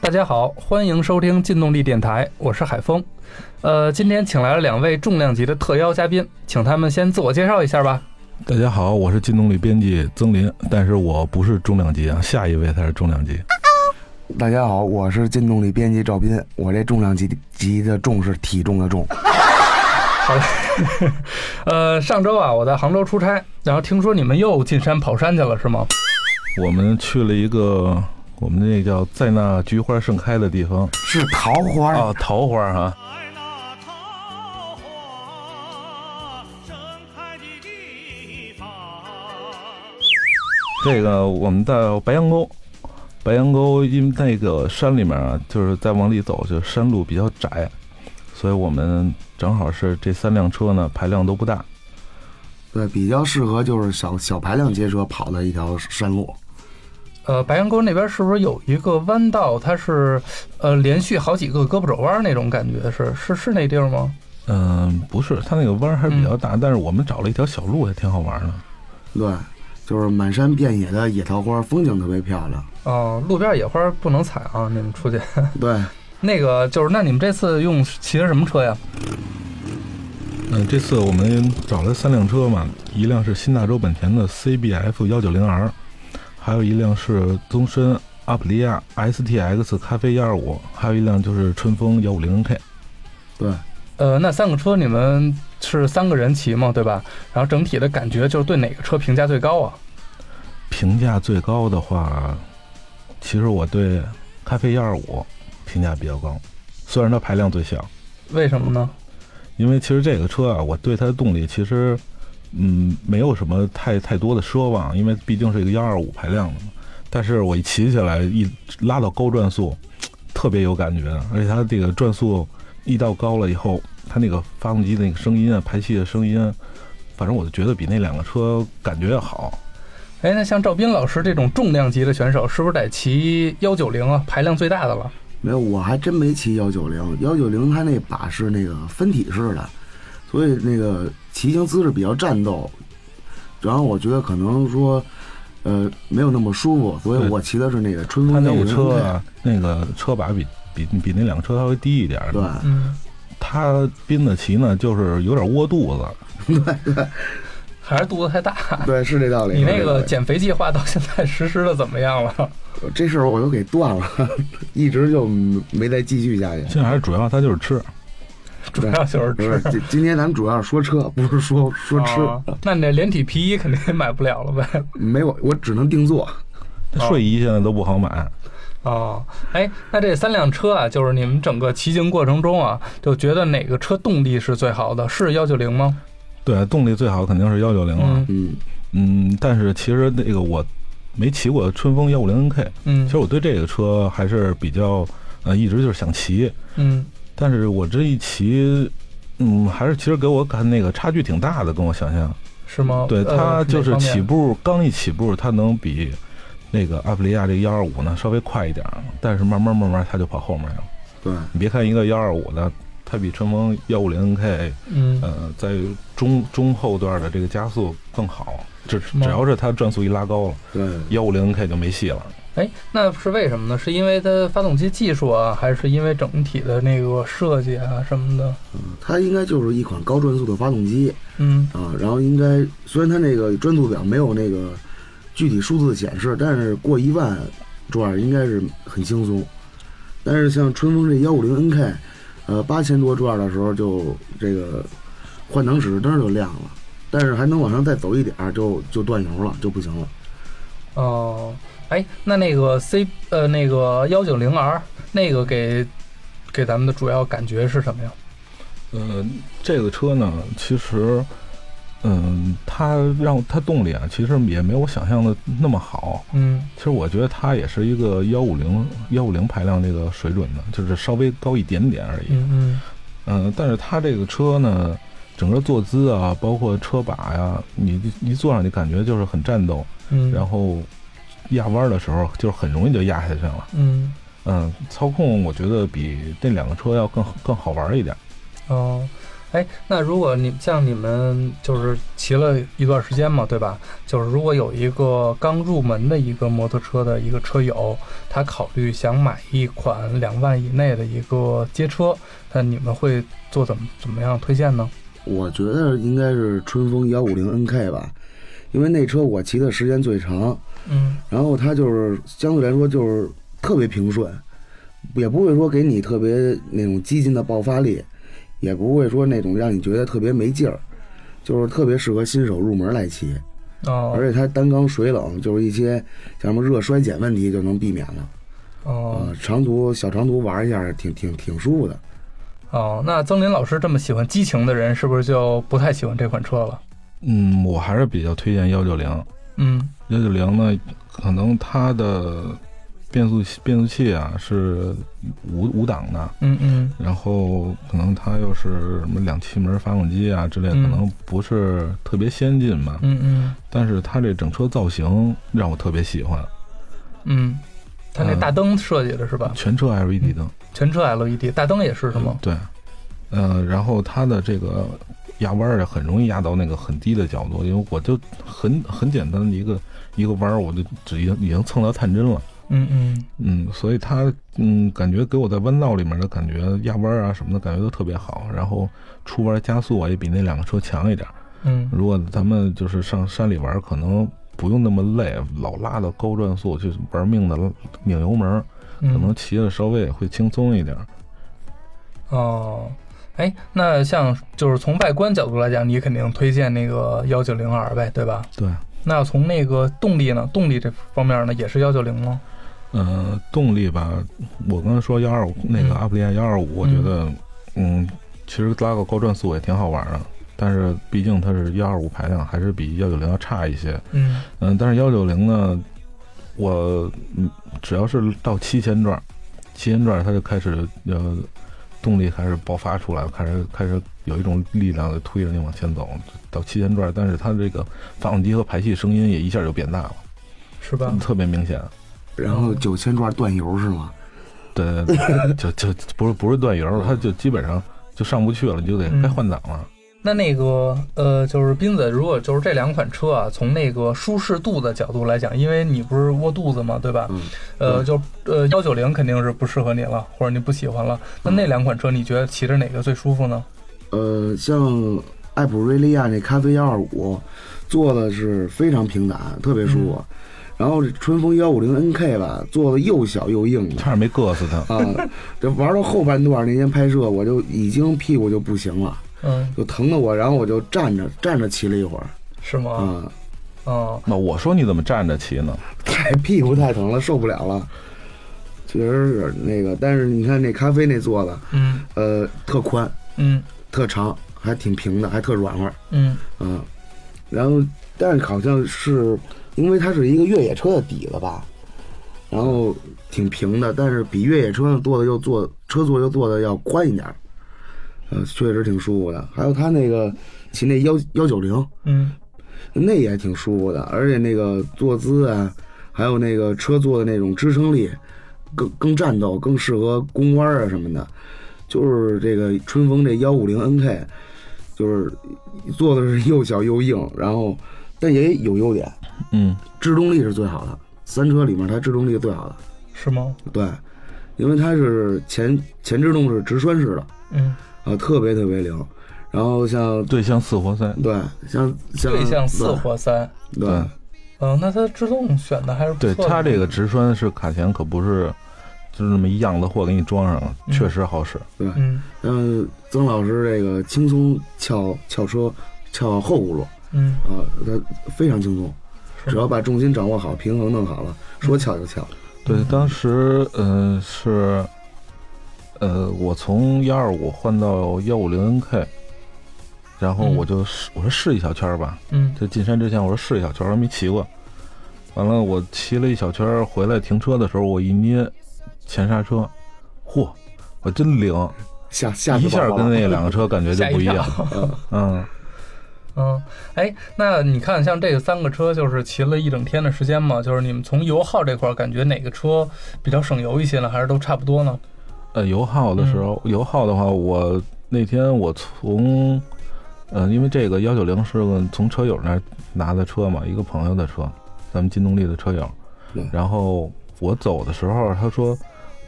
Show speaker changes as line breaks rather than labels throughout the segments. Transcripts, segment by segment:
大家好，欢迎收听劲动力电台，我是海峰。呃，今天请来了两位重量级的特邀嘉宾，请他们先自我介绍一下吧。
大家好，我是劲动力编辑曾林，但是我不是重量级啊，下一位才是重量级。
大家好，我是劲动力编辑赵斌，我这重量级级的重是体重的重。
好嘞，呃，上周啊，我在杭州出差，然后听说你们又进山跑山去了，是吗？
我们去了一个我们那叫在那菊花盛开的地方
是桃花
啊，桃花哈、
在那桃花盛开的地方。
这个我们到白羊沟，白羊沟因为那个山里面啊，就是再往里走，就山路比较窄，所以我们正好是这三辆车呢排量都不大，
对，比较适合就是小小排量街车跑的一条山路。
呃，白羊沟那边是不是有一个弯道？它是呃连续好几个胳膊肘弯那种感觉，是是是那地儿吗？
嗯，不是，它那个弯儿还是比较大，但是我们找了一条小路，还挺好玩的。
对，就是满山遍野的野桃花，风景特别漂亮。
哦、路边野花不能采啊，你们出去。
对，
那个就是，那你们这次用骑的什么车呀？
嗯，这次我们找了三辆车嘛，一辆是新大洲本田的 CBF 幺九零 R，还有一辆是宗申阿普利亚 STX 咖啡幺二五，还有一辆就是春风幺五零 K。
对，
呃，那三个车你们是三个人骑嘛，对吧？然后整体的感觉就是对哪个车评价最高啊？
评价最高的话，其实我对咖啡幺二五评价比较高，虽然它排量最小，
为什么呢？
因为其实这个车啊，我对它的动力其实，嗯，没有什么太太多的奢望，因为毕竟是一个幺二五排量的嘛。但是我一骑起来，一拉到高转速，特别有感觉，啊而且它这个转速一到高了以后，它那个发动机那个声音啊，排气的声音啊，反正我就觉得比那两个车感觉要好。
哎，那像赵斌老师这种重量级的选手，是不是得骑幺九零啊，排量最大的了？
没有，我还真没骑幺九零，幺九零它那把是那个分体式的，所以那个骑行姿势比较战斗。然后我觉得可能说，呃，没有那么舒服，所以
对
我骑的是那个春
它
风
那
幺五
个
零
车
K。
啊，那个车把比比比那两个车稍微低一点儿，
对，
嗯，
它斌子骑呢就是有点窝肚子，
还是肚子太大。啊
对，是这道理。
你那
是这道
个
理
减肥计划到现在实施的怎么样了？
这事儿我又给断了， 一直就没再继续下 去。
现在还是主要它就是吃。
主要就是
不是
吃，
今今天咱们主要是说车，不是说说吃，
啊那你这连体皮衣肯定也买不了了呗？
没有，我只能定做。
哦
睡衣现在都不好买，
哦，哎，那这三辆车啊，就是你们整个骑行过程中啊，就觉得哪个车动力是最好的？是幺九零吗？
对，动力最好肯定是幺九零了。
嗯
嗯，
嗯，但是其实那个我没骑过春风幺五零 NK，其
嗯
实我对这个车还是比较呃，一直就是想骑，
嗯，
但是我这一骑，嗯，还是其实给我感那个差距挺大的，跟我想象。
是吗？
对，
呃
它就是
哪方面
起步刚一起步，它能比那个阿普利亚这个幺二五呢稍微快一点儿，但是慢慢慢慢它就跑后面了。
对，
你别看一个幺二五的，它比春风幺五零 NK
嗯
呃，在中中后段的这个加速更好，只
吗
只要是它转速一拉高了，
对，
幺五零 K 就没戏了。
哎，那是为什么呢？是因为它发动机技术啊，还是因为整体的那个设计啊什么的？
它应该就是一款高转速的发动机
嗯
啊，然后应该虽然它那个转速表没有那个具体数字显示，但是过一万转应该是很轻松。但是像春风这幺五零 NK，呃，八千多转的时候就这个换挡指示灯就亮了，但是还能往上再走一点儿就就断油了，就不行了。
哦，哎，那那个 C 呃那个幺九零 R 那个给给咱们的主要感觉是什么呀？
呃，这个车呢，其实，嗯，它让它动力啊，其实也没有我想象的那么好。
嗯
其实我觉得它也是一个幺五零幺五零排量这个水准的，就是稍微高一点点而已。
嗯嗯
嗯，但是它这个车呢，整个坐姿啊，包括车把呀、你一坐上就感觉就是很战斗。
嗯，
然后压弯儿的时候，就是很容易就压下去了。
嗯。
嗯，操控我觉得比那两个车要更更好玩儿一点。
哦，哎，那如果你像你们就是骑了一段时间嘛，对吧？就是如果有一个刚入门的一个摩托车的一个车友，他考虑想买一款两万以内的一个街车，那你们会做怎么怎么样推荐呢？
我觉得应该是春风幺五零 NK 吧，因为那车我骑的时间最长，
嗯
然后它就是相对来说就是特别平顺，也不会说给你特别那种激进的爆发力，也不会说那种让你觉得特别没劲儿，就是特别适合新手入门来骑。
哦
而且它单缸水冷，就是一些像什么热衰减问题就能避免了。
哦
呃，长途小长途玩一下，挺挺挺舒服的。
哦，那曾林老师这么喜欢激情的人，是不是就不太喜欢这款车了？
嗯，我还是比较推荐幺九零。
嗯
幺九零呢，可能它的变速器变速器啊是五五档的，
嗯嗯
然后可能它又是什么两气门发动机啊之类的，
嗯
可能不是特别先进吧。
嗯嗯
但是它这整车造型让我特别喜欢，
嗯，他那
嗯
大灯设计的是吧？
全车 LED 灯，
全车 LED，大灯也是是吗？
对，呃，然后它的这个压弯儿啊，很容易压到那个很低的角度，因为我就很很简单的一个一个弯儿，我就只已经已经蹭到探针了。
嗯嗯。
嗯，所以它嗯，感觉给我在弯道里面的感觉，压弯儿啊什么的感觉都特别好。然后出弯加速啊也比那两个车强一点儿。
嗯
如果咱们就是上山里玩儿，可能不用那么累，老拉到高转速去玩命的拧油门儿，
嗯，
可能骑的稍微也会轻松一点儿。
哦，哎，那像就是从外观角度来讲，你肯定推荐那个幺九零 R 呗，对吧？
对，
那从那个动力呢？动力这方面呢，也是幺九零吗？
呃，动力吧，我刚才说幺二五那个
嗯
阿普利亚幺二五，我觉得嗯，其实拉个高转速也挺好玩儿的。但是毕竟它是幺二五排量，还是比幺九零要差一些。
嗯
嗯，但是幺九零呢，我嗯只要是到七千转，七千转它就开始呃动力开始爆发出来了，开始开始有一种力量就推着你往前走，到七千转，但是它这个发动机和排气声音也一下就变大了，
是吧？
特别明显。
然后九千转断油是吗？
对对对，就就不是不是断油了，它就基本上就上不去了，你就得
嗯
该换挡了。
那那个呃，就是斌子，如果就是这两款车啊，从那个舒适度的角度来讲，因为你不是窝肚子嘛，对吧？
嗯
呃，
对
就呃幺九零肯定是不适合你了，或者你不喜欢了。那
嗯
那两款车，你觉得骑着哪个最舒服呢？
呃，像艾普瑞利亚那咖啡幺二五，做的是非常平坦，特别舒服。然后这春风幺五零 NK 吧，做的又小又 硬的
差点没硌死它。
啊。这玩到后半段那天拍摄，我就已经屁股就不行了，
嗯，
就疼的我，然后我就站着站着骑了一会儿
是吗？
啊，
哦，
那我说你怎么站着骑呢？
太屁股太疼了，受不了了。确实是那个，但是你看那咖啡那做的，
嗯
呃，特宽，
嗯
特长，还挺平的，还特软和。
嗯
嗯，然后但是好像是因为它是一个越野车的底子吧，然后挺平的，但是比越野车做的又做车座又做的要宽一点儿，呃，确实挺舒服的。还有它那个骑那幺幺九零，
嗯
那也挺舒服的，而且那个坐姿啊，还有那个车座的那种支撑力，更更战斗，更适合攻弯啊什么的。就是这个春风这幺五零 NK，就是做的是又小又硬，然后但也有优点，
嗯，
制动力是最好的，三车里面它制动力是最好的，
是吗？
对，因为它是前前制动是直栓式的，
嗯，
啊，特别特别灵。然后像
对向四活塞。
对像像
对向四或三。
对对
嗯，那它自动选的还是不
对
错的。
它这个直栓是卡钳，可不是就是那么一样的货给你装上了，
嗯
确实好使。
对，
嗯
嗯，曾老师这个轻松撬撬车，撬后轱辘
嗯，
啊，他非常轻松，
是
只要把重心掌握好，平衡弄好了，说撬就撬。
对，当时呃是呃我从幺二五换到幺五零 NK，然后
嗯
我就试、我说试一小圈儿吧，
嗯
这进山之前我说试一小圈儿，还没骑过。完了，我骑了一小圈儿回来停车的时候，我一捏前刹车，嚯，我真灵，
下下次
一下
爆发
跟
了
那两个车感觉就
吓
不一
跳
样。嗯，
嗯，哎，那你看，像这三个车，就是骑了一整天的时间嘛，就是你们从油耗这块儿，感觉哪个车比较省油一些呢？还是都差不多呢？
呃，油耗的时候，油耗的话，我那天我从，呃，因为这个幺九零是个从车友那儿拿的车嘛，一个朋友的车，咱们金动力的车友
对。
然后我走的时候，他说，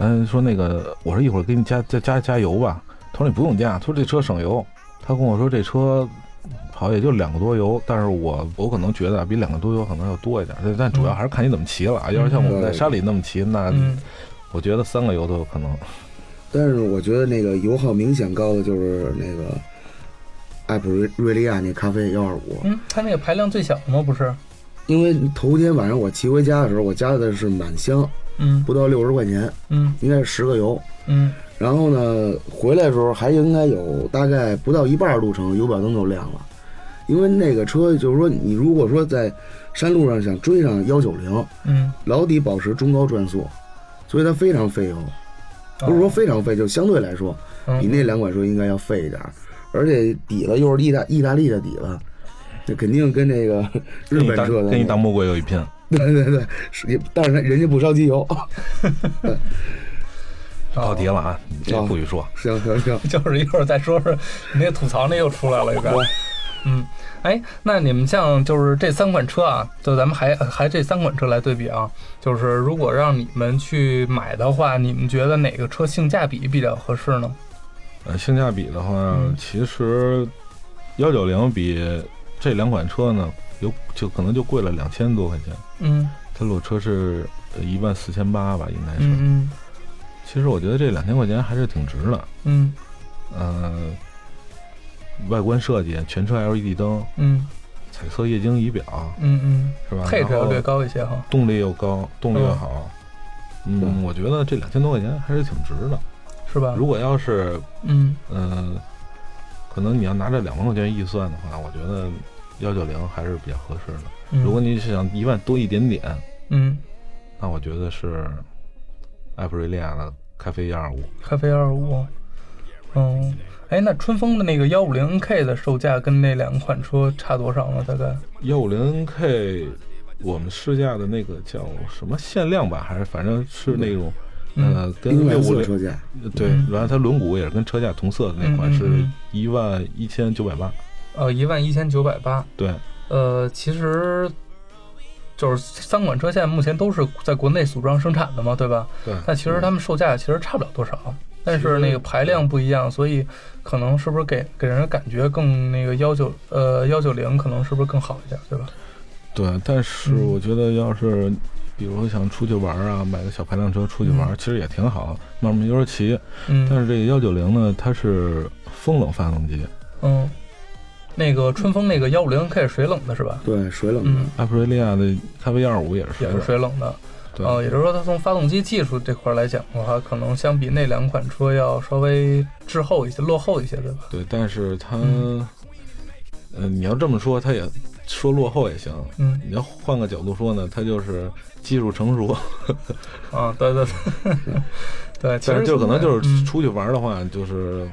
嗯、说那个，我说一会儿给你加加加加油吧。他说你不用加，他说这车省油。他跟我说这车跑也就两个多油，但是我我可能觉得啊比两个多油可能要多一点，但但主要还是看你怎么骑了啊。要是像我们在山里那么骑，那
嗯，
我觉得三个油都有可能。
但是我觉得那个油耗明显高的就是那个艾普瑞瑞利亚那咖啡幺二五，
嗯，它那个排量最小嘛，不是？
因为头天晚上我骑回家的时候，我加的是满箱，
嗯
不到六十块钱，
嗯
应该是十个油。
嗯
然后呢，回来的时候还应该有大概不到一半路程，油表灯就亮了。因为那个车就是说，你如果说在山路上想追上幺九零，
嗯，
老得保持中高转速，所以它非常费油。不是说非常费，就相对来说
嗯
比那两款车应该要费一点儿，而且底子又是意大意大利的底子，这肯定跟那个日
跟你
本
大
车的
跟你
那
大魔鬼有一拼。
对对对，是但是人家不烧机油，
哦
跑题了啊，你这不许说。
行行行，
就是一会儿再说说，你那吐槽那又出来了，又该。嗯，哎，那你们像就是这三款车啊，就咱们还还这三款车来对比啊，就是如果让你们去买的话，你们觉得哪个车性价比比较合适呢？
呃，性价比的话，
嗯
其实幺九零比这两款车呢，有就可能就贵了两千多块钱。
嗯
它裸车是一万四千八吧，应该是。
嗯
其实我觉得这两千块钱还是挺值的。
嗯
呃，外观设计，全车 LED 灯，
嗯
彩色液晶仪表，
嗯嗯
是吧
嗯，？配置
啊然
要
后
略高一些哈。
动力又高，动力又
嗯
好。
对
嗯，我觉得这两千多块钱还是挺值的。
是吧？
如果要是
嗯
嗯，可能你要拿这两万块钱预算的话，我觉得幺九零还是比较合适的。
嗯，
如果你想一万多一点点，
嗯
那我觉得是哎艾普瑞利亚的咖啡幺二五。
咖啡二五，嗯，哎，那春风的那个幺五零 K 的售价跟那两款车差多少呢？大概？
幺五零 K，我们试驾的那个叫什么限量版，还是反正是那种。
嗯
呃，跟
另外
六五
色
零
车价，
对
嗯，
然后它轮毂也是跟车架同色的那款，
嗯嗯
是
嗯
一万一千九百八。
呃，一万一千九百八。
对，
呃，其实就是三款车现在目前都是在国内组装生产的嘛，对吧？
对
那其实它们售价其实差不了多少，但是那个排量不一样，所以可能是不是给给人的感觉更那个幺九呃幺九零可能是不是更好一点，对吧？
对，但是
嗯
我觉得要是，比如说想出去玩啊，买个小排量车出去玩，
嗯
其实也挺好，慢慢悠着骑。但
嗯
是这个幺九零呢，它是风冷发动机，
嗯，那个春风那个幺五零 K 是水冷的是吧？
对，水冷的
嗯，，
艾普瑞利亚的咖啡幺二五也是水
也
冷
是水冷的。
对，
呃，也就是说，它从发动机技术这块来讲的话，可能相比那两款车要稍微滞后一些、落后一些，对吧？
对，但是它，
嗯
嗯、你要这么说，它也说落后也行。
嗯
你要换个角度说呢，它就是技术成熟，
啊，对对对， 对，其
但
实
是就可能就
嗯
是出去玩的话，就是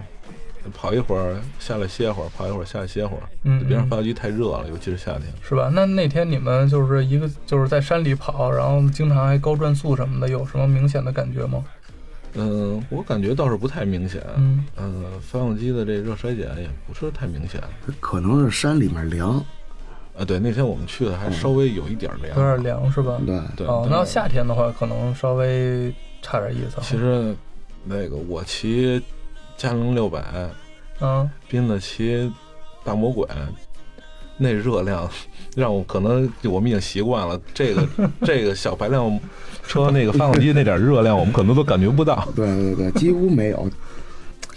跑一会儿下来歇会儿，跑一会儿下来歇会儿，
嗯，
别让
嗯
发动机太热了，尤其是夏天。
是吧？那那天你们就是一个就是在山里跑，然后经常还高转速什么的，有什么明显的感觉吗？
嗯，我感觉倒是不太明显。
嗯
呃，发动机的这热衰减也不是太明显。
它可能是山里面凉，
啊，对，那天我们去的还稍微有一点凉，
有点。凉是吧？
对，
对，
哦，那
但
要
是
夏天的话，可能稍微差点意思。
其，实那个我骑嘉陵六百，
嗯，
斌子骑大魔鬼，那热量 让我可能我们已经习惯了。这个这个小排量车那个发动机那点热量，我们可能都感觉不到。
对对对，几乎没有，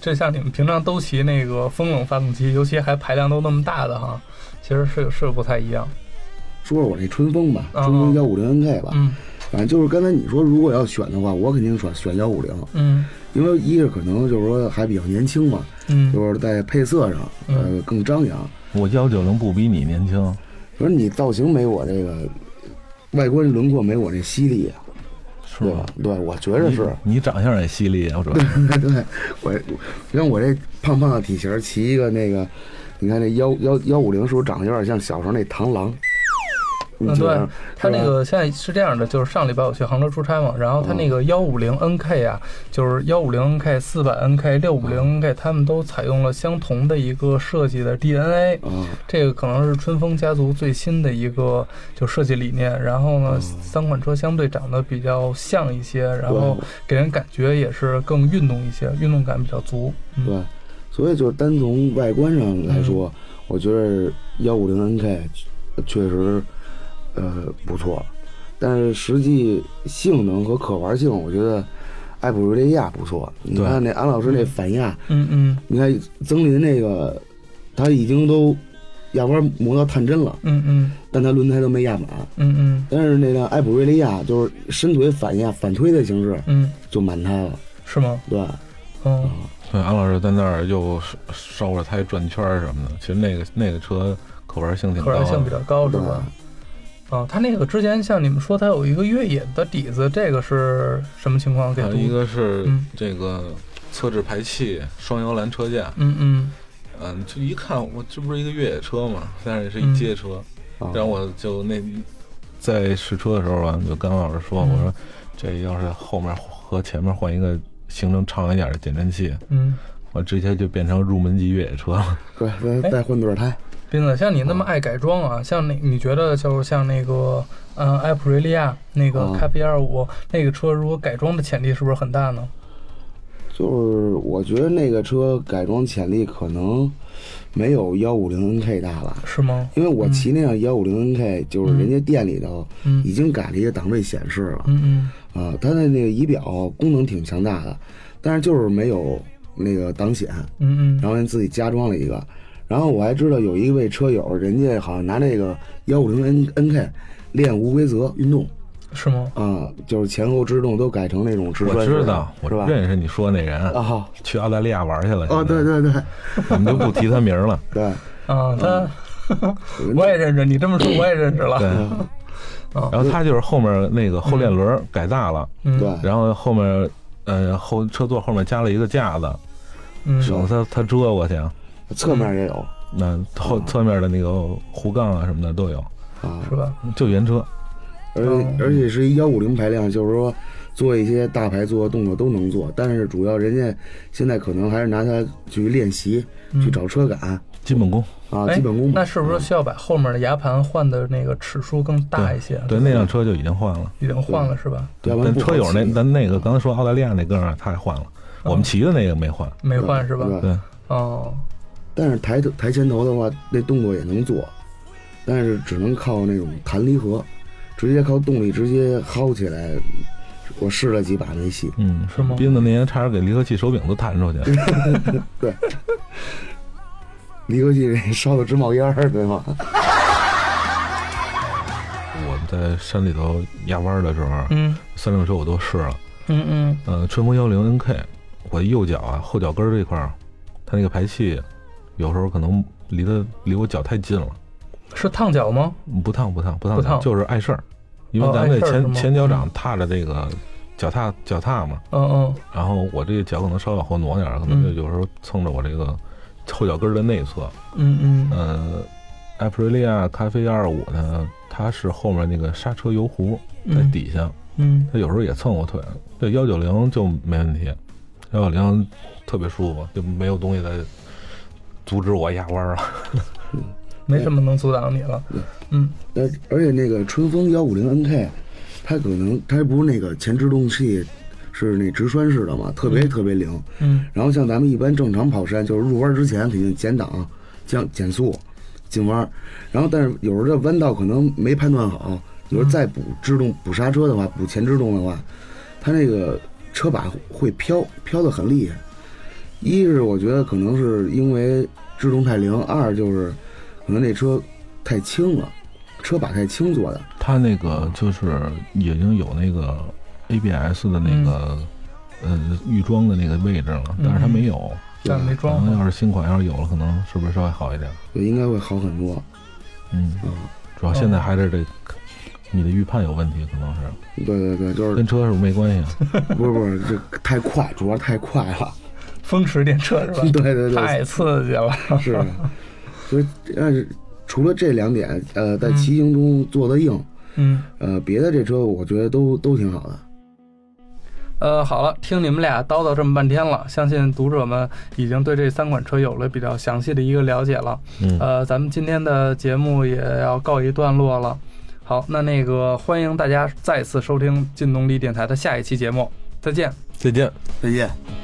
这像你们平常都骑那个风冷发动机，尤其还排量都那么大的哈，其实是是不太一样。
说说我这春风吧，
嗯
春风幺五零 NK 吧，
嗯
反正就是刚才你说，如果要选的话，我肯定选选幺五零，
嗯
因为一是可能就是说还比较年轻嘛，
嗯
就是在配色上，呃，更张扬。
我幺九零不比你年轻，
可是你造型没我这个，外观轮廓没我这犀利啊，
是
对
吧
吧？？对，我觉着是。
嗯
你你长相也犀利，啊我主要。
对，我你看我这胖胖的体型，骑一个那个，你看这幺幺幺五零，是不是长得有点像小时候那螳螂？你
嗯
觉得
对它
是吧
这个现在是这样的，就是上礼拜我去杭州出差嘛，然后它
嗯
那个幺五零 NK 啊，就是幺五零 NK、四百 NK、六五零 NK，他们都采用了相同的一个设计的 DNA，
啊，
这个可能是春风家族最新的一个就设计理念。然后
嗯
呢，三款车相对长得比较像一些，然后给人感觉也是更运动一些，运动感比较足。嗯
对，所以就是单从外观上来说，
嗯
我觉得幺五零 NK 确实呃不错，但是实际性能和可玩性，我觉得艾普瑞利亚不错。你
对
看那安老师那反亚，
嗯嗯
你看曾林那个，他已经都压弯磨到探针了，
嗯嗯
但他轮胎都没压满。
嗯嗯
但是那辆艾普瑞利亚就是伸腿反压反推的形式
嗯，
就满胎了，
是吗？
对，
嗯
对，安老师在那儿又烧着胎转圈儿什么的，其实那个那个车可玩
嗯
性挺
可
高
燃
的，
性比较
哦
高，是
对
吧？啊，它那个之前像你们说它有一个越野的底子，这个是什么情况？给
还
读
有呃一个是
嗯
这个侧置排气双摇篮车架，
嗯嗯
嗯，就一看我这不是一个越野车嘛，但是是
嗯
一街车，
啊，
然后我就那在试车的时候啊吧，就跟老师说，
嗯
我说这要是后面和前面换一个行程长一点的减震器，
嗯，
我直接就变成入门级越野车了。
对，再
哎
再换对胎，
斌子，像你
哦
那么爱改装啊，像你你觉得就是像那个嗯、呃、艾普瑞利亚那个
啊
KP 二五那个车，如果改装的潜力是不是很大呢？
就是我觉得那个车改装潜力可能没有幺五零 NK 大了，
是吗？
因为我骑那辆幺五零 NK，就是人家店里头
嗯
已经改了一个档位显示了
嗯嗯
啊，它的那个仪表功能挺强大的，但是就是没有那个挡显，
嗯嗯
然后人自己加装了一个。然后我还知道有一位车友，人家好像拿那个幺五零 N NK 练无规则运动
是吗？
啊，就是前后制动都改成那种直
我
摔式的，
知道，我
是吧？
认识你说那人，
啊
去澳大利亚玩去了。
啊，对
现在，
对对
我们就不提他名儿了。
对，
啊，他
嗯
我也认识，你这么说我也认识
对
了。，
然后他就是后面那个后链轮儿改大了，
嗯
对
然后后面呃后车座后面加了一个架子，
嗯
省得他他遮过去啊。
侧面也有
那后侧面的那个护杠啊什么的都有，
啊，
是嗯吧？
就原车。
而且而且是一幺五零排量，就是说做一些大牌做的动作都能做，但是主要人家现在可能还是拿它去练习，去找车感
基本功，
啊，
嗯哎
基本功吧
那是不是需要把后面的牙盘换的那个齿数更大一些？
对，那辆车就已经换了。
已经换了是吧？
要不
但
然不好
车友那
骑
咱那个刚才说澳大利亚那哥们儿他也换了，我们骑的那个没换。
没换是吧？
对
对，
哦，
但是抬头抬前头的话，那动作也能做，但是只能靠那种弹离合，直接靠动力直接薅起来。我试了几把没戏，
嗯，
是吗
斌子那年差点给离合器手柄都弹出去了。
离合器烧的直冒烟儿，对吗？
我们在山里头压弯儿的时候，
嗯
三辆车我都试了。
嗯嗯
嗯，春风幺零 NK，我右脚啊后脚跟儿这块儿，它那个排气有时候可能离它离我脚太近了，，
是烫脚吗？
不烫不烫不烫，
不烫
就是碍事儿，因
哦
为咱
碍
们
事儿
前、
是吗
前脚掌踏着这个脚踏脚踏嘛，
嗯嗯
然后我这个脚可能稍微往后挪点儿，可能就有时候蹭着我这个后脚跟儿的内侧。
嗯嗯
呃，艾普瑞利亚咖啡幺二五呢，它是后面那个刹车油壶在
嗯
底下，
嗯
它有时候也蹭我腿。这幺九零就没问题，幺九零特别舒服，就没有东西在阻止我压弯儿啊 了。
没什么能阻挡你了。嗯
但呃而且那个春风幺五零 NK，它可能它不是那个前制动器是那直栓式的嘛，特别特别灵。
嗯
然后像咱们一般正常跑山，就是入弯之前肯定减档、降减速、进弯儿，然后但是有时候这弯道可能没判断好，你说再补制动、补刹车的话，补前制动的话，它那个车把会飘，飘得很厉害。一是我觉得可能是因为制动太灵，二就是可能那车太轻了，车把太轻做的。
它那个就是已经有那个 ABS 的那个、呃预装的那个位置了，但是它没有。
但没
可
装
能
好。
要是新款要是有了，可能是不是稍微好一点？
对，应该会好很多。
嗯，主要现在还是这你的预判有问题，可能是
对对对，就是
跟车是不是没关系。啊
不是不是，这太快，主要太快了。
风驰电掣是吧？
对对对，
太刺激了。
是，所以但是除了这两点，呃，在骑行中做的硬，
嗯，
呃，别的这车我觉得都都挺好的。
呃，好了，听你们俩叨叨这么半天了，相信读者们已经对这三款车有了比较详细的一个了解了。
嗯，
呃，咱们今天的节目也要告一段落了。好，那那个欢迎大家再次收听劲动力电台的下一期节目，再见。
再见。
再见。